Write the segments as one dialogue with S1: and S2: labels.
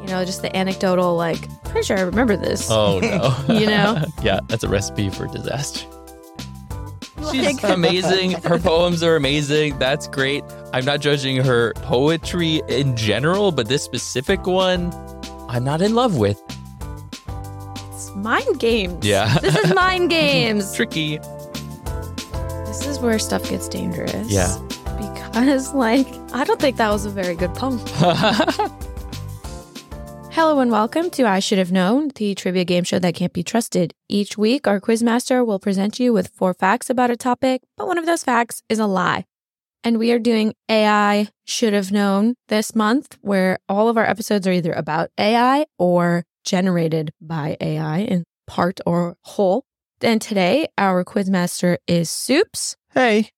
S1: you know, just the anecdotal, like, pretty sure I remember this.
S2: Oh no.
S1: You know?
S2: yeah, that's a recipe for disaster. She's
S1: Like-
S2: amazing. Her poems are amazing. That's great. I'm not judging her poetry in general, but this specific one, I'm not in love with.
S1: It's mind games.
S2: Yeah.
S1: This is mind games.
S2: Tricky.
S1: this is where stuff gets dangerous.
S2: Yeah.
S1: Because, like, I don't think that was a very good poem.
S2: Mm-hmm.
S1: Hello and welcome to I Should Have Known, the trivia game show that can't be trusted. Each week, our quizmaster will present you with four facts about a topic, but one of those facts is a lie. And we are doing AI Should Have Known this month, where all of our episodes are either about AI or generated by AI in part or whole. And today, our quizmaster is Soups.
S2: hey.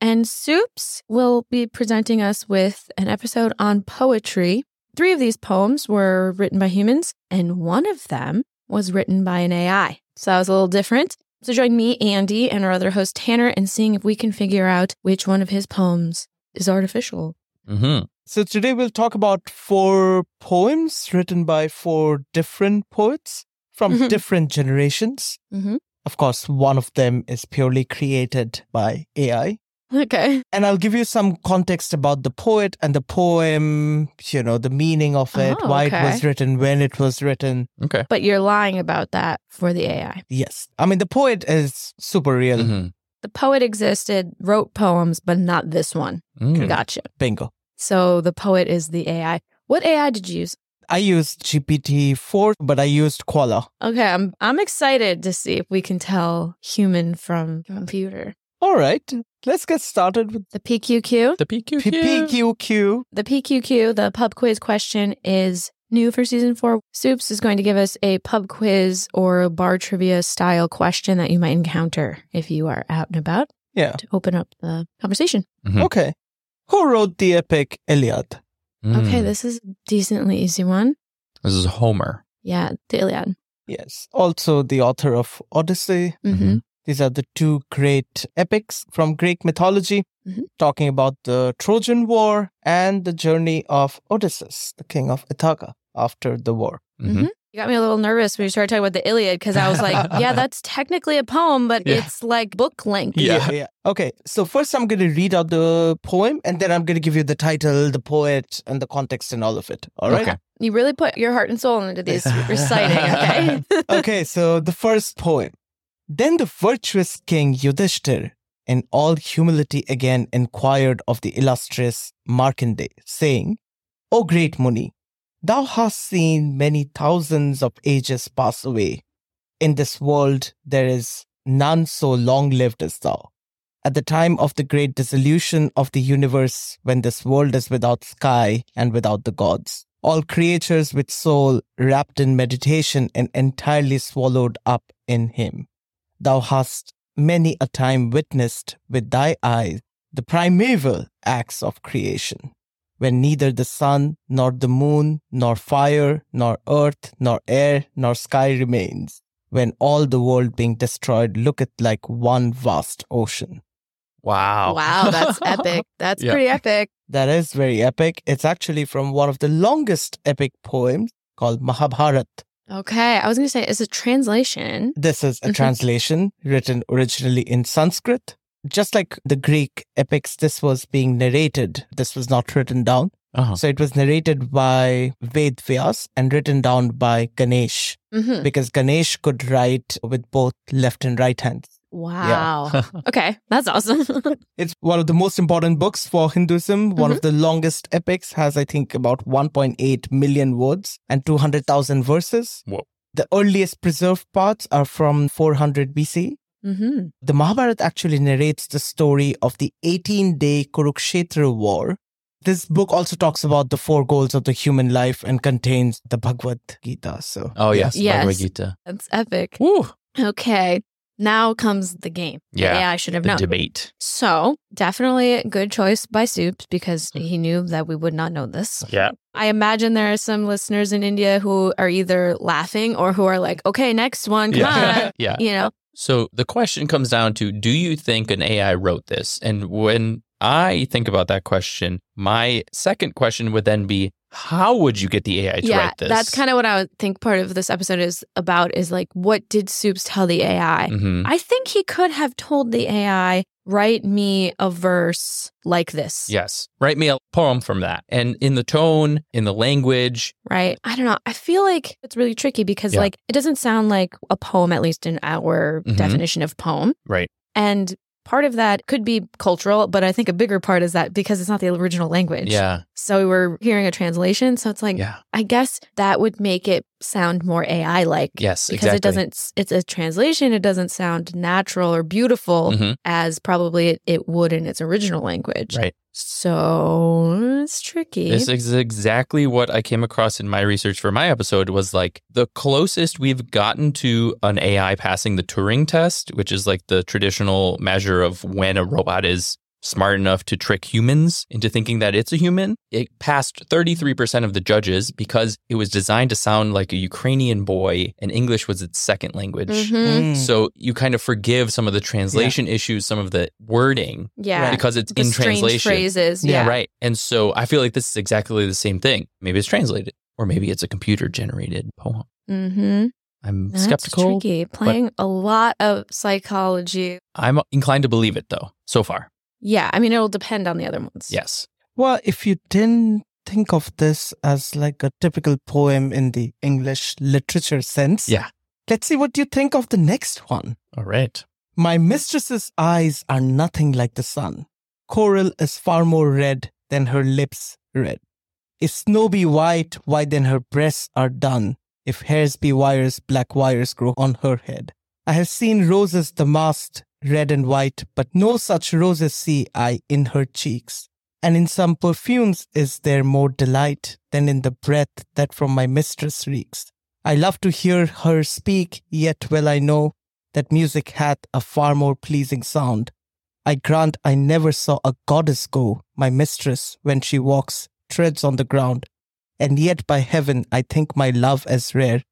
S1: And Soups will be presenting us with an episode on poetry. Three of these poems were written by humans, and one of them was written by an AI. So that was a little different. So join me, Andy, and our other host, Tanner, in seeing if we can figure out which one of his poems is artificial.
S2: hmm
S3: So today we'll talk about four poems written by four different poets from
S1: Mhm.
S3: different generations.
S1: Mm-hmm.
S3: Of course, one of them is purely created by AI.
S1: Okay.
S3: And I'll give you some context about the poet and the poem, you know, the meaning of it,
S1: Oh,
S3: why
S1: okay.
S3: it was written, when it was written.
S2: Okay.
S1: But you're lying about that for the AI.
S3: Yes. I mean, the poet is super real.
S2: Mhm.
S1: The poet existed, wrote poems, but not this one.
S2: Mm.
S1: Gotcha.
S3: Bingo.
S1: So the poet is the AI. What AI did you use?
S3: I used GPT 4, but I used Koala.
S1: Okay, I'm I'm excited to see if we can tell human from computer.
S3: All right. Let's get started with
S1: The PQQ.
S2: The PQQ.
S3: PPQQ.
S1: The PQQ, the pub quiz question is new for season 4. Soups is going to give us a pub quiz or bar trivia style question that you might encounter if you are out and about
S3: Yeah.
S1: to open up the conversation.
S2: Hmm.
S3: Okay. Who wrote the epic Iliad?
S2: Mm.
S1: Okay, this is a decently easy one.
S2: This is Homer.
S1: Yeah, the Iliad.
S3: Yes. Also the author of Odyssey.
S2: Mm-hmm.
S1: Mhm.
S3: These are the two great epics from Greek mythology,
S2: Mm-hmm.
S1: Mhm.
S3: talking about the Trojan War and the journey of Odysseus, the king of Ithaca, after the war.
S2: Mhm.
S1: You got me a little nervous when you started talking about the Iliad cuz I was like, yeah, that's technically a poem, but
S2: Yeah.
S1: it's like book length.
S2: Yeah.
S3: Okay. So first I'm going to read out the poem and then I'm going to give you the title, the poet, and the context and all of it. All right?
S2: Okay.
S1: You really put your heart and soul into these reciting, okay?
S3: okay, so the first poem. Then the virtuous king Yudhishthir, in all humility again, inquired of the illustrious Markandeya, saying, O great Muni, thou hast seen many thousands of ages pass away. In this world there is none so long lived as thou. At the time of the great dissolution of the universe, when this world is without sky and without the gods, all creatures with soul wrapped in meditation and entirely swallowed up in him. Thou hast many a time witnessed with thy eyes the primeval acts of creation, when neither the sun, nor the moon, nor fire, nor earth, nor air, nor sky remains, when all the world being destroyed looketh like one vast ocean.
S2: Wow.
S1: Wow, that's epic. That's
S2: Yeah.
S1: pretty epic.
S3: That is very epic. It's actually from one of the longest epic poems called Mahabharata.
S1: Okay, I was going to say it's a translation.
S3: This is a
S1: Mhm.
S3: translation written originally in Sanskrit. Just like the Greek epics, this was being narrated. This was not written down.
S2: Uh-huh.
S3: So it was narrated by Ved Vyas and written down by Ganesh
S2: Mm-hmm.
S1: hmm
S3: because Ganesh could write with both left and right hands.
S1: Wow. okay, that's awesome.
S3: It's one of the most important books for Hinduism, one of the longest epics, has, I think, about 1.8 million words and 200,000 verses.
S2: Whoa.
S3: The earliest preserved parts are from 400 BC.
S2: Mm-hmm.
S1: hmm
S3: The Mahabharata actually narrates the story of the 18 day Kurukshetra war. This book also talks about the four goals of the human life and contains the Bhagavad Gita. So,
S2: Oh yes.
S1: Yes.
S2: Bhagavad Gita.
S1: That's epic.
S2: Woo.
S1: Okay, now comes the game.
S2: Yeah.
S1: I should have
S2: The
S1: known.
S2: debate.
S1: so, definitely a good choice by Soups because
S2: Mm.
S1: he knew that we would not know this.
S2: Yeah.
S1: I imagine there are some listeners in India who are either laughing or who are like, okay, next one, come
S2: Yeah. yeah.
S1: on. You know,
S2: So the question comes down to do you think an AI wrote this? And when I think about that question, my second question would then be how would you get the AI to
S1: yeah,
S2: write this?
S1: that's kind of what I would think part of this episode is about is like, what did Soups tell the AI?
S2: hmm
S1: I think he could have told the AI, write me a verse like this.
S2: Yes. Write me a poem from that. And in the tone, in the language,
S1: Right. I don't know. I feel like it's really tricky because,
S2: Yeah.
S1: like, it doesn't sound like a poem, at least in our
S2: Mhm.
S1: definition of poem.
S2: right?
S1: And part of that could be cultural, but I think a bigger part is that because it's not the original language.
S2: Yeah.
S1: So we're hearing a translation. So it's like,
S2: Yeah.
S1: I guess that would make it sound more AI like.
S2: Yes.
S1: Because
S2: exactly.
S1: it doesn't, it's a translation. It doesn't sound natural or beautiful
S2: Mhm.
S1: as probably it, it would in its original language.
S2: Right.
S1: So it's tricky.
S2: This is exactly what I came across in my research for my episode was like the closest we've gotten to an AI passing the Turing test, which is like the traditional measure of when a robot is smart enough to trick humans into thinking that it's a human. It passed 33% of the judges because it was designed to sound like a Ukrainian boy and English was its second language.
S1: Mhm.
S3: Mm.
S2: So you kind of forgive some of the translation issues, some of the wording
S1: Yeah.
S2: because it's
S1: The
S2: in
S1: strange
S2: translation.
S1: phrases.
S3: Yeah,
S1: Yeah.
S2: Yeah, right. And so I feel like this is exactly the same thing. Maybe it's translated, or maybe it's a computer generated poem.
S1: Mm-hmm.
S2: I'm
S1: That's
S2: skeptical.
S1: tricky. Playing a lot of psychology.
S2: I'm inclined to believe it though, so far.
S1: Yeah. I mean, it'll depend on the other ones.
S2: Yes.
S3: Well, if you didn't think of this as like a typical poem in the English literature sense,
S2: Yeah.
S3: let's see what you think of the next one.
S2: All right.
S3: My mistress's eyes are nothing like the sun. Coral is far more red than her lips red. If snow be white, why then her breasts are dun. If hairs be wires, black wires grow on her head. I have seen roses damasked, red and white, but no such roses see I in her cheeks. And in some perfumes is there more delight than in the breath that from my mistress reeks. I love to hear her speak, yet well I know that music hath a far more pleasing sound. I grant I never saw a goddess go, my mistress, when she walks, treads on the ground. And yet by heaven I think my love as rare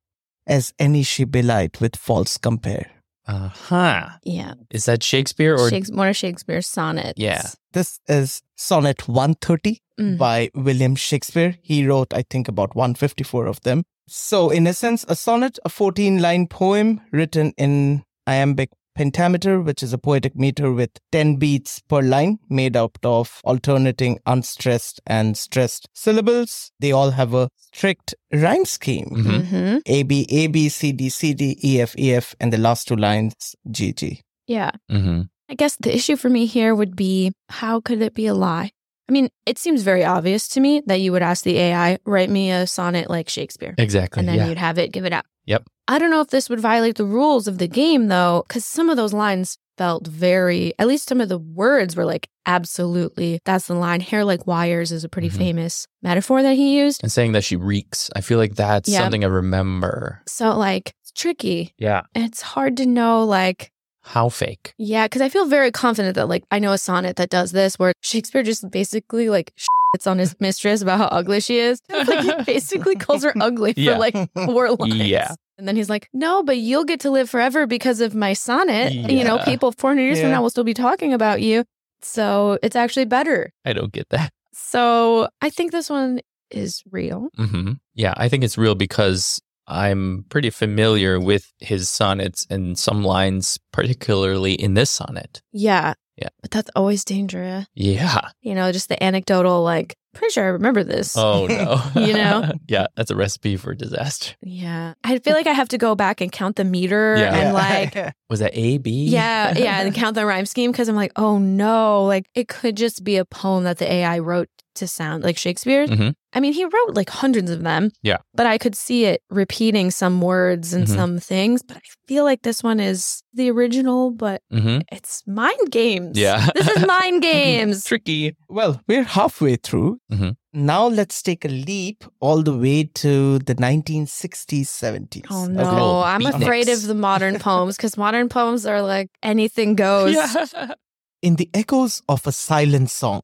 S3: as any she belied with false compare.
S2: Uh huh.
S1: Yeah.
S2: Is that Shakespeare or
S1: Shakespeare, one of Shakespeare's sonnets.
S2: Yeah.
S3: This is Sonnet 130
S1: Mm.
S3: by William Shakespeare. He wrote, I think, about 154 of them. So, in a sense, a sonnet, a 14 line poem written in iambic pentameter, which is a poetic meter with 10 beats per line, made up of alternating unstressed and stressed syllables. They all have a strict rhyme scheme.
S2: Mhm.
S1: Mm-hmm.
S3: A B A B C D C D E F E F and the last two lines G G.
S1: Yeah.
S2: Mhm.
S1: I guess the issue for me here would be how could it be a lie? I mean, it seems very obvious to me that you would ask the AI, write me a sonnet like Shakespeare.
S2: Exactly.
S1: And then
S2: yeah.
S1: you'd have it give it out.
S2: Yep.
S1: I don't know if this would violate the rules of the game though, because some of those lines felt very, at least some of the words were like, absolutely, that's the line. Hair like wires is a pretty
S2: Mhm.
S1: famous metaphor that he used.
S2: and saying that she reeks. I feel like that's
S1: Yeah.
S2: something I remember.
S1: So, like, it's tricky.
S2: Yeah.
S1: It's hard to know, like,
S2: How fake.
S1: Yeah, because I feel very confident that like I know a sonnet that does this, where Shakespeare just basically like shits on his mistress about how ugly she is. Like he basically calls her ugly for
S2: Yeah.
S1: like four lines.
S2: Yeah.
S1: And then he's like, "No, but you'll get to live forever because of my sonnet. You know,
S2: Yeah.
S1: people 400 years from
S3: Yeah.
S1: now will still be talking about you. So it's actually better."
S2: I don't get that.
S1: So I think this one is real.
S2: hmm Yeah, I think it's real because I'm pretty familiar with his sonnets and some lines, particularly in this sonnet.
S1: Yeah.
S2: Yeah.
S1: But that's always dangerous.
S2: Yeah.
S1: You know, just the anecdotal like, "Pretty sure I remember this."
S2: Oh no.
S1: You know?
S2: yeah, that's a recipe for disaster.
S1: Yeah. I feel like I have to go back and count the meter
S2: Yeah.
S1: and like
S2: Was that A B?
S1: yeah, yeah, and count the rhyme scheme because I'm like, oh no, like it could just be a poem that the AI wrote to sound like Shakespeare.
S2: Mhm.
S1: I mean, he wrote like hundreds of them.
S2: Yeah.
S1: But I could see it repeating some words and
S2: Mhm.
S1: some things, but I feel like this one is the original, but
S2: hmm
S1: it's mind games.
S2: Yeah.
S1: This is mind games.
S2: Tricky.
S3: Well, we're halfway through.
S2: Mhm.
S3: Now let's take a leap all the way to the 1960s, 70s.
S1: Oh
S3: Okay.
S1: no,
S2: Cool.
S1: I'm
S2: Beatniks.
S1: afraid of the modern poems because modern poems are like anything goes.
S2: Yeah.
S3: In the echoes of a silent song,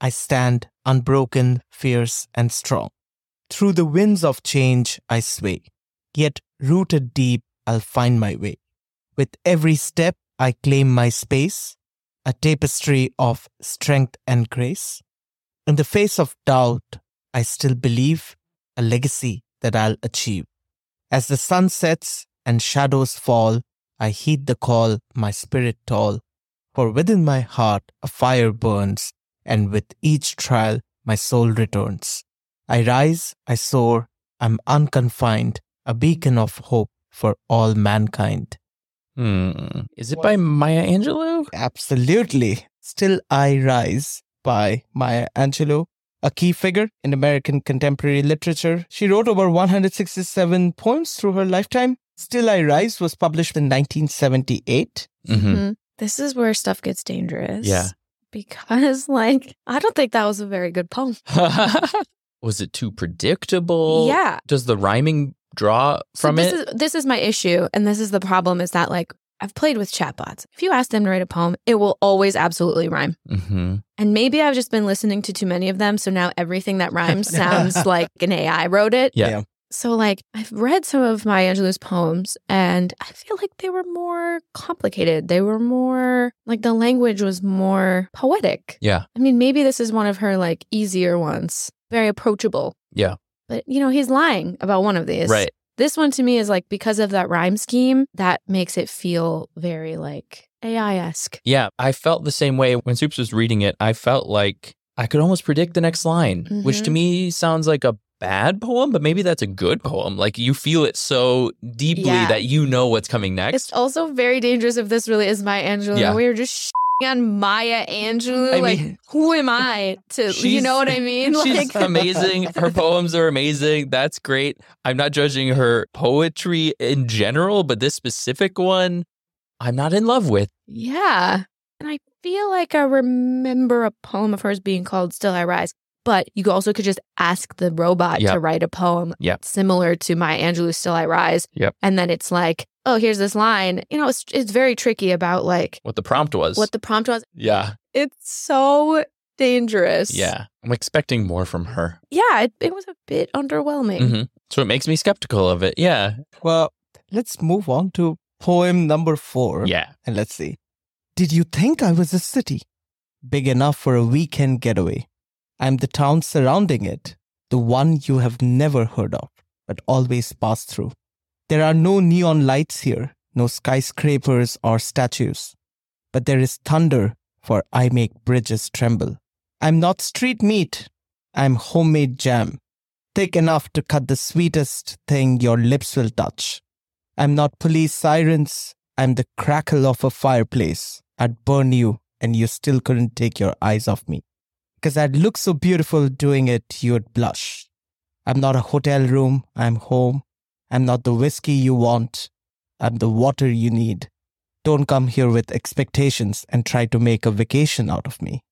S3: I stand unbroken, fierce, and strong. Through the winds of change, I sway. Yet, rooted deep, I'll find my way. With every step, I claim my space, a tapestry of strength and grace. In the face of doubt, I still believe, a legacy that I'll achieve. As the sun sets and shadows fall, I heed the call, my spirit tall, for within my heart a fire burns, and with each trial my soul returns. I rise, I soar, I'm unconfined, a beacon of hope for all mankind.
S2: Hmm. Is it by Maya Angelou?
S3: Absolutely. Still I Rise by Maya Angelou, a key figure in American contemporary literature. She wrote over 167 poems through her lifetime. Still I Rise was published in 1978.
S2: Mm-hmm.
S1: Mhm. This is where stuff gets dangerous.
S2: Yeah.
S1: Because, like, I don't think that was a very good poem.
S2: Was it too predictable?
S1: Mm-hmm. yeah.
S2: Does the rhyming draw
S1: So
S2: from
S1: this
S2: it?
S1: is this is my issue, and this is the problem: is that like I've played with chatbots. If you ask them to write a poem, it will always absolutely rhyme.
S2: mm-hmm.
S1: And maybe I've just been listening to too many of them, so now everything that rhymes sounds like an AI wrote it.
S2: Yeah.
S3: Yeah.
S1: So like I've read some of Maya Angelou's poems, and I feel like they were more complicated. They were more like the language was more poetic.
S2: Yeah.
S1: I mean, maybe this is one of her like easier ones, very approachable.
S2: Yeah.
S1: But you know, he's lying about one of these.
S2: Right.
S1: This one to me is like because of that rhyme scheme, that makes it feel very like AI esque.
S2: Yeah. I felt the same way when Soups was reading it. I felt like I could almost predict the next line, which to
S1: Mhm.
S2: me sounds like a bad poem, but maybe that's a good poem. Like you feel it so deeply
S1: Yeah.
S2: that you know what's coming next.
S1: It's also very dangerous if this really is Maya Angelou.
S2: Yeah.
S1: We were just shitting on Maya Angelou.
S2: I
S1: like,
S2: mean-
S1: who am I to? You
S2: She's-
S1: know what I mean? Like,
S2: She's amazing. Her poems are amazing. That's great. I'm not judging her poetry in general, but this specific one, I'm not in love with.
S1: yeah. And I feel like I remember a poem of hers being called "Still I Rise." But you also could just ask the robot
S2: Yeah.
S1: to write a poem
S2: Yeah.
S1: similar to Maya Angelou's "Still I Rise."
S2: Yep.
S1: And then it's like, oh, here's this line. You know, it's it's very tricky about like
S2: What the prompt was.
S1: what the prompt was.
S2: yeah.
S1: It's so dangerous.
S2: Yeah. I'm expecting more from her.
S1: Yeah. It, it was a bit underwhelming.
S2: hmm So it makes me skeptical of it. Yeah.
S3: Well, let's move on to poem number four.
S2: Yeah.
S3: And let's see. Did you think I was a city? Big enough for a weekend getaway. I'm the town surrounding it, the one you have never heard of, but always pass through. There are no neon lights here, no skyscrapers or statues, but there is thunder, for I make bridges tremble. I'm not street meat, I'm homemade jam, thick enough to cut the sweetest thing your lips will touch. I'm not police sirens. I'm the crackle of a fireplace. I'd burn you, and you still couldn't take your eyes off me. Because I'd look so beautiful doing it, you'd blush. I'm not a hotel room. I'm home. I'm not the whiskey you want. I'm the water you need. Don't come here with expectations and try to make a vacation out of me.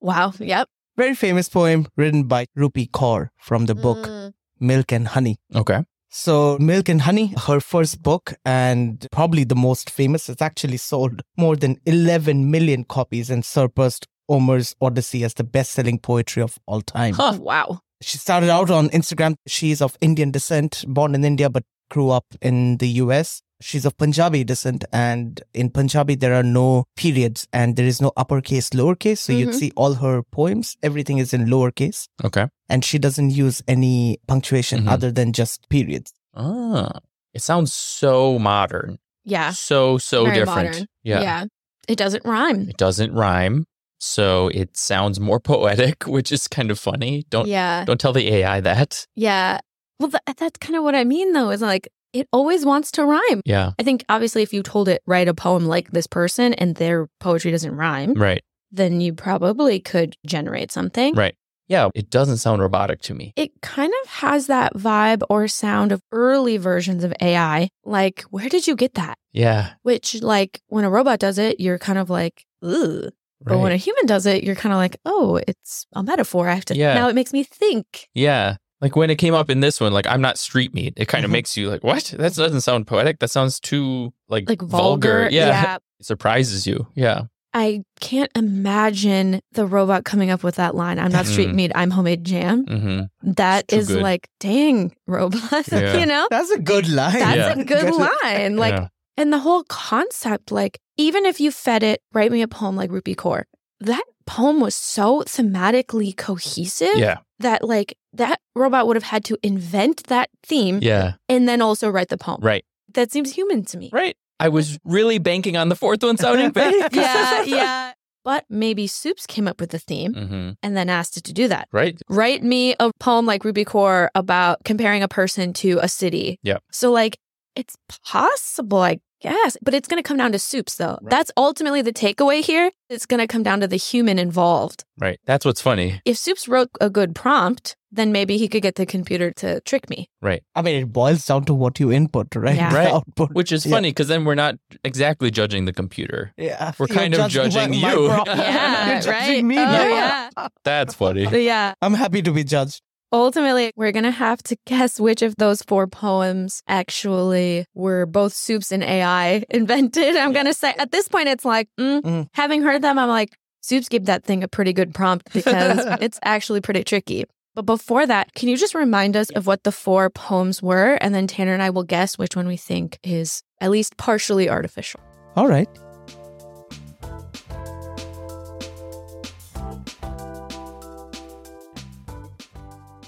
S1: Wow. Yep.
S3: Very famous poem written by Rupi Kaur from the
S1: Mm.
S3: book Milk and Honey.
S2: Okay.
S3: So, Milk and Honey, her first book, and probably the most famous, it's actually sold more than 11 million copies and surpassed Homer's Odyssey as the best selling poetry of all time.
S2: Huh.
S1: Wow.
S3: She started out on Instagram. She's of Indian descent, born in India, but grew up in the US. She's of Punjabi descent, and in Punjabi, there are no periods and there is no uppercase, lowercase. So, you'd
S1: Mhm.
S3: see all her poems, everything is in lowercase,
S2: Okay.
S3: and she doesn't use any punctuation
S2: Mhm.
S3: other than just periods.
S2: Ah. It sounds so modern.
S1: Yeah.
S2: So, so
S1: Very
S2: different.
S1: modern.
S2: Yeah.
S1: It doesn't rhyme.
S2: It doesn't rhyme. So it sounds more poetic, which is kind of funny. Don't
S1: yeah.
S2: don't tell the AI that.
S1: Yeah. Well, tha- that's kind of what I mean, though, is like it always wants to rhyme.
S2: Yeah.
S1: I think obviously, if you told it write a poem like this person and their poetry doesn't rhyme,
S2: Right.
S1: then you probably could generate something.
S2: Right. Yeah. It doesn't sound robotic to me.
S1: It kind of has that vibe or sound of early versions of AI. Like, where did you get that?
S2: Yeah.
S1: Which, like, when a robot does it, you're kind of like, ooh. But when a human does it, you're kind of like, oh, it's a metaphor. I have to.
S2: Yeah.
S1: Now it makes me think.
S2: Yeah. Like when it came up in this one, like I'm not street meat. It kind of
S1: Mm-hmm.
S3: Mhm.
S2: makes you like, what? That doesn't sound poetic. That sounds too like,
S1: Like vulgar.
S2: Yeah. It surprises you. Yeah.
S1: I can't imagine the robot coming up with that line. I'm not street
S2: Mm.
S1: meat. I'm homemade jam.
S2: hmm
S1: That
S2: It's too
S1: is
S2: good.
S1: like, dang, robot.
S2: Yeah.
S1: you know,
S3: That's a good line.
S1: that's
S2: Yeah.
S1: a good line. Like,
S2: yeah.
S1: and the whole concept, like, even if you fed it, write me a poem like Rupi Kaur, that poem was so thematically cohesive.
S2: Yeah.
S1: that like that robot would have had to invent that theme
S2: Yeah.
S1: and then also write the poem.
S2: Right.
S1: That seems human to me.
S2: Right. I was really banking on the fourth one sounding big.
S1: Yeah, yeah. But maybe Soups came up with the theme
S2: hmm
S1: and then asked it to do that.
S2: Right.
S1: Write me a poem like Ruby Core about comparing a person to a city.
S2: Yeah.
S1: So like it's possible, I guess, but it's going to come down to Soups though.
S2: Right.
S1: That's ultimately the takeaway here. It's going to come down to the human involved.
S2: Right. That's what's funny.
S1: If Soups wrote a good prompt, then maybe he could get the computer to trick me.
S3: I mean, it boils down to what you input, right?
S1: Yeah.
S3: The
S2: Right.
S3: output.
S2: Which is
S3: Yeah.
S2: funny because then we're not exactly judging the computer.
S3: Yeah.
S2: We're
S3: You're
S2: kind of judging
S3: my- my
S2: you.
S3: problem.
S2: Yeah,
S3: You're judging
S1: right?
S3: me
S1: Oh,
S3: now.
S1: yeah.
S2: That's funny.
S1: Yeah.
S3: I'm happy to be judged.
S1: Ultimately, we're going to have to guess which of those four poems actually were both Soups and AI invented. I'm going to say at this point, it's like, mm,
S3: Mm.
S1: having heard them, I'm like, Soups gave that thing a pretty good prompt because it's actually pretty tricky. But before that, can you just remind us of what the four poems were? And then Tanner and I will guess which one we think is at least partially artificial.
S3: All right.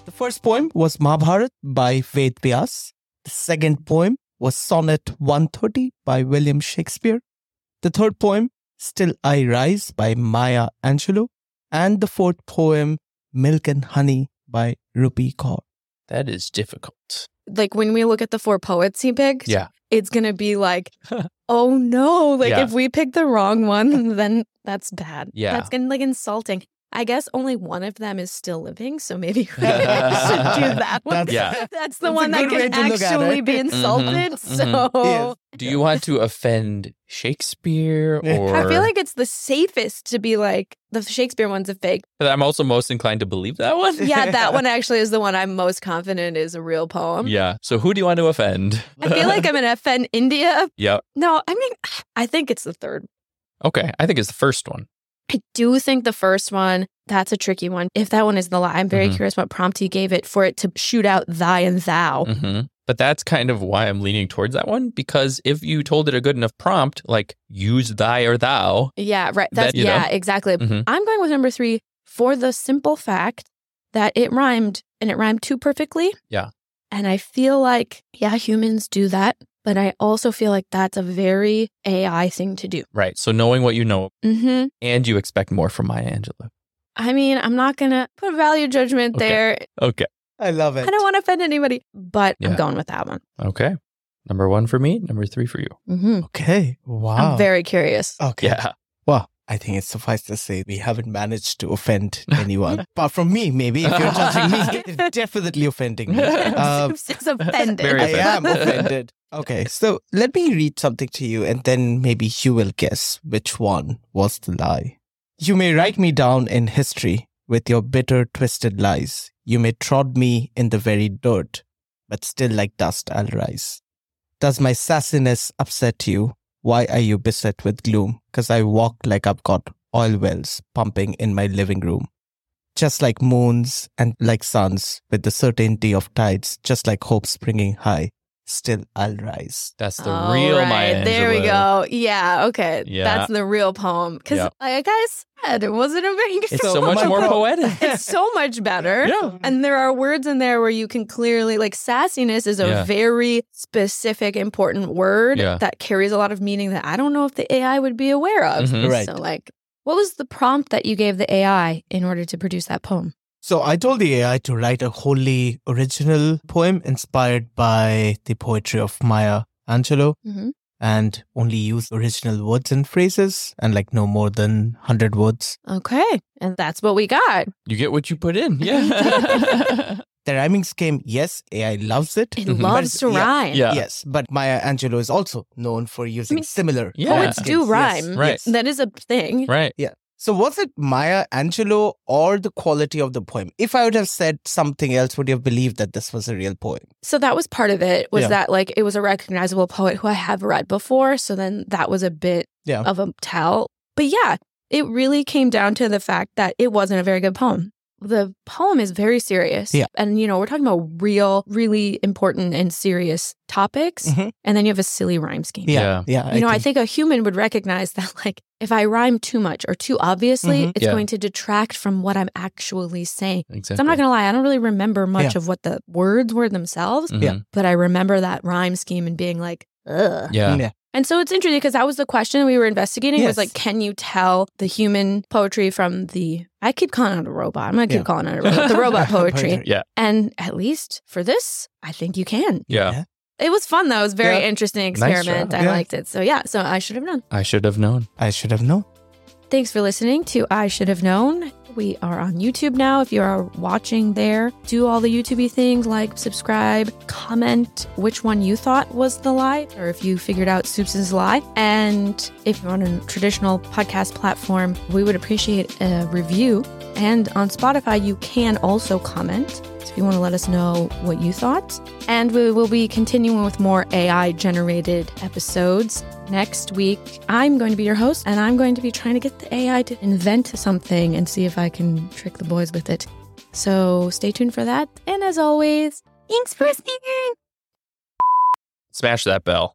S3: The first poem was Mahabharat by Ved Vyas. The second poem was Sonnet 130 by William Shakespeare. The third poem, Still I Rise by Maya Angelou. And the fourth poem, Milk and Honey by Rupi Kaur.
S2: That is difficult.
S1: Like when we look at the four poets he picked,
S2: Yeah.
S1: it's going to be like, oh no, like
S2: Yeah.
S1: if we pick the wrong one, then that's bad.
S2: Yeah.
S1: That's going to like insulting. I guess only one of them is still living, so maybe we should do that one.
S3: That's-
S2: Yeah. Mm-hmm.
S1: That's the
S3: That's a
S1: one that
S3: good way
S1: can
S3: to look at
S1: actually
S3: it.
S1: be
S3: Mhm,
S1: insulted. So
S3: Yes.
S2: Do you want to offend Shakespeare
S3: Yeah.
S2: or
S1: I feel like it's the safest to be like the Shakespeare one's a fake.
S2: But I'm also most inclined to believe that one?
S1: Yeah, that one actually is the one I'm most confident is a real poem.
S2: yeah. So who do you want to offend?
S1: Um, I feel like I'm gonna offend India.
S2: Yeah.
S1: No, I mean I think it's the third
S2: Okay. I think it's the first one.
S1: I do think the first one, that's a tricky one. If that one is the lie, I'm very
S2: Mhm.
S1: curious what prompt you gave it for it to shoot out thy and thou.
S2: hmm But that's kind of why I'm leaning towards that one because if you told it a good enough prompt, like use thy or thou,
S1: Yeah, right.
S2: That,
S1: That's,
S2: you
S1: yeah, exactly.
S2: Mhm.
S1: I'm going with number three for the simple fact that it rhymed and it rhymed too perfectly.
S2: Yeah.
S1: And I feel like, yeah, humans do that. But I also feel like that's a very AI thing to do.
S2: right? So knowing what you know
S1: hmm
S2: and you expect more from Maya Angelou.
S1: I mean, I'm not going to put a value judgment
S2: Okay.
S1: there.
S2: Okay.
S3: I love
S1: I
S3: it.
S1: don't want to offend anybody, but
S2: Yeah.
S1: I'm going with that one.
S2: Okay. Number one for me, number three for you.
S1: hmm
S3: Okay. Wow.
S1: I'm very curious.
S3: okay.
S2: Yeah.
S3: Well, I think it's suffice to say we haven't managed to offend anyone. Apart from me, maybe. If you're judging me, you're definitely offending me. Uh,
S1: Soups is offended.
S2: Very
S3: I
S2: offended.
S3: am offended. Okay, so let me read something to you and then maybe you will guess which one was the lie. You may write me down in history with your bitter, twisted lies. You may trod me in the very dirt, but still like dust I'll rise. Does my sassiness upset you? Why are you beset with gloom? Cause I walk like I've got oil wells pumping in my living room. Just like moons and like suns, with the certainty of tides, just like hope springing high, still I'll rise.
S2: That's the
S1: All
S2: real
S1: right,
S2: Maya Angelou.
S1: There we go. Yeah. Okay.
S2: Yeah.
S1: That's the real poem. Because,
S2: Yeah.
S1: like I said, it wasn't a very good
S2: It's
S1: poem.
S2: so much more poetic.
S1: It's so much better.
S2: Yeah.
S1: Oh, And there are words in there where you can clearly, like, sassiness is a
S2: Yeah.
S1: very specific, important word
S2: Yeah.
S1: that carries a lot of meaning that I don't know if the AI would be aware of.
S2: Mhm.
S3: Right.
S1: So, like, what was the prompt that you gave the AI in order to produce that poem?
S3: So I told the AI to write a wholly original poem inspired by the poetry of Maya Angelou
S1: Mhm.
S3: and only use original words and phrases and like no more than 100 words.
S1: Okay. And that's what we got.
S2: You get what you put in. Yeah.
S3: The rhyming scheme, yes, AI loves it.
S1: It
S2: Mhm.
S1: loves to
S3: But- yeah.
S1: rhyme.
S2: yeah.
S3: Yes, but Maya Angelou is also known for using
S1: mean-
S3: similar.
S2: Yeah.
S1: Oh, it's do
S3: Yes,
S1: rhyme.
S2: Right.
S3: yes.
S1: That is a thing.
S2: Right.
S3: So was it Maya Angelou or the quality of the poem? If I would have said something else, would you have believed that this was a real poem?
S1: So that was part of it was
S3: Yeah.
S1: that like it was a recognizable poet who I have read before. So then that was a bit
S3: Yeah.
S1: of a tell. But yeah, it really came down to the fact that it wasn't a very good poem. the poem is very serious.
S3: Yeah.
S1: And, you know, we're talking about real, really important and serious topics.
S3: Mhm.
S1: And then you have a silly rhyme scheme.
S3: Yeah. Yeah.
S1: You know, I
S3: agree.
S1: think a human would recognize that, like, if I rhyme too much or too obviously,
S3: Mhm.
S1: it's
S2: Yeah.
S1: going to detract from what I'm actually saying. So
S2: Exactly.
S1: I'm not going to lie, I don't really remember much
S3: Yeah. Mm.
S1: of what the words were themselves,
S2: Mhm.
S3: Yeah.
S1: but I remember that rhyme scheme and being like, ugh.
S2: Yeah.
S3: Yeah.
S1: And so it's interesting because that was the question we were investigating
S3: Yes.
S1: was like, can you tell the human poetry from the, I keep calling it a robot. I'm going to keep
S3: Yeah.
S1: calling it a robot, the robot poetry.
S3: Poetry.
S2: Yeah.
S1: and at least for this, I think you can.
S2: Yeah.
S1: It was fun though. It was a very
S3: Yeah.
S1: interesting
S2: try.
S1: experiment. I
S3: Yeah.
S1: liked it. So yeah, so I should have known.
S2: I should have known.
S3: I should have known.
S1: Thanks for listening to I Should Have Known. We are on YouTube now. If you are watching there, do all the YouTubey things like subscribe, comment which one you thought was the lie, or if you figured out Supes' lie. And if you're on a traditional podcast platform, we would appreciate a review. And on Spotify, you can also comment. So if you want to let us know what you thought. And we will be continuing with more AI generated episodes. Next week, I'm going to be your host and I'm going to be trying to get the AI to invent something and see if I can trick the boys with it. So stay tuned for that. And as always, thanks for listening.
S2: Smash that bell.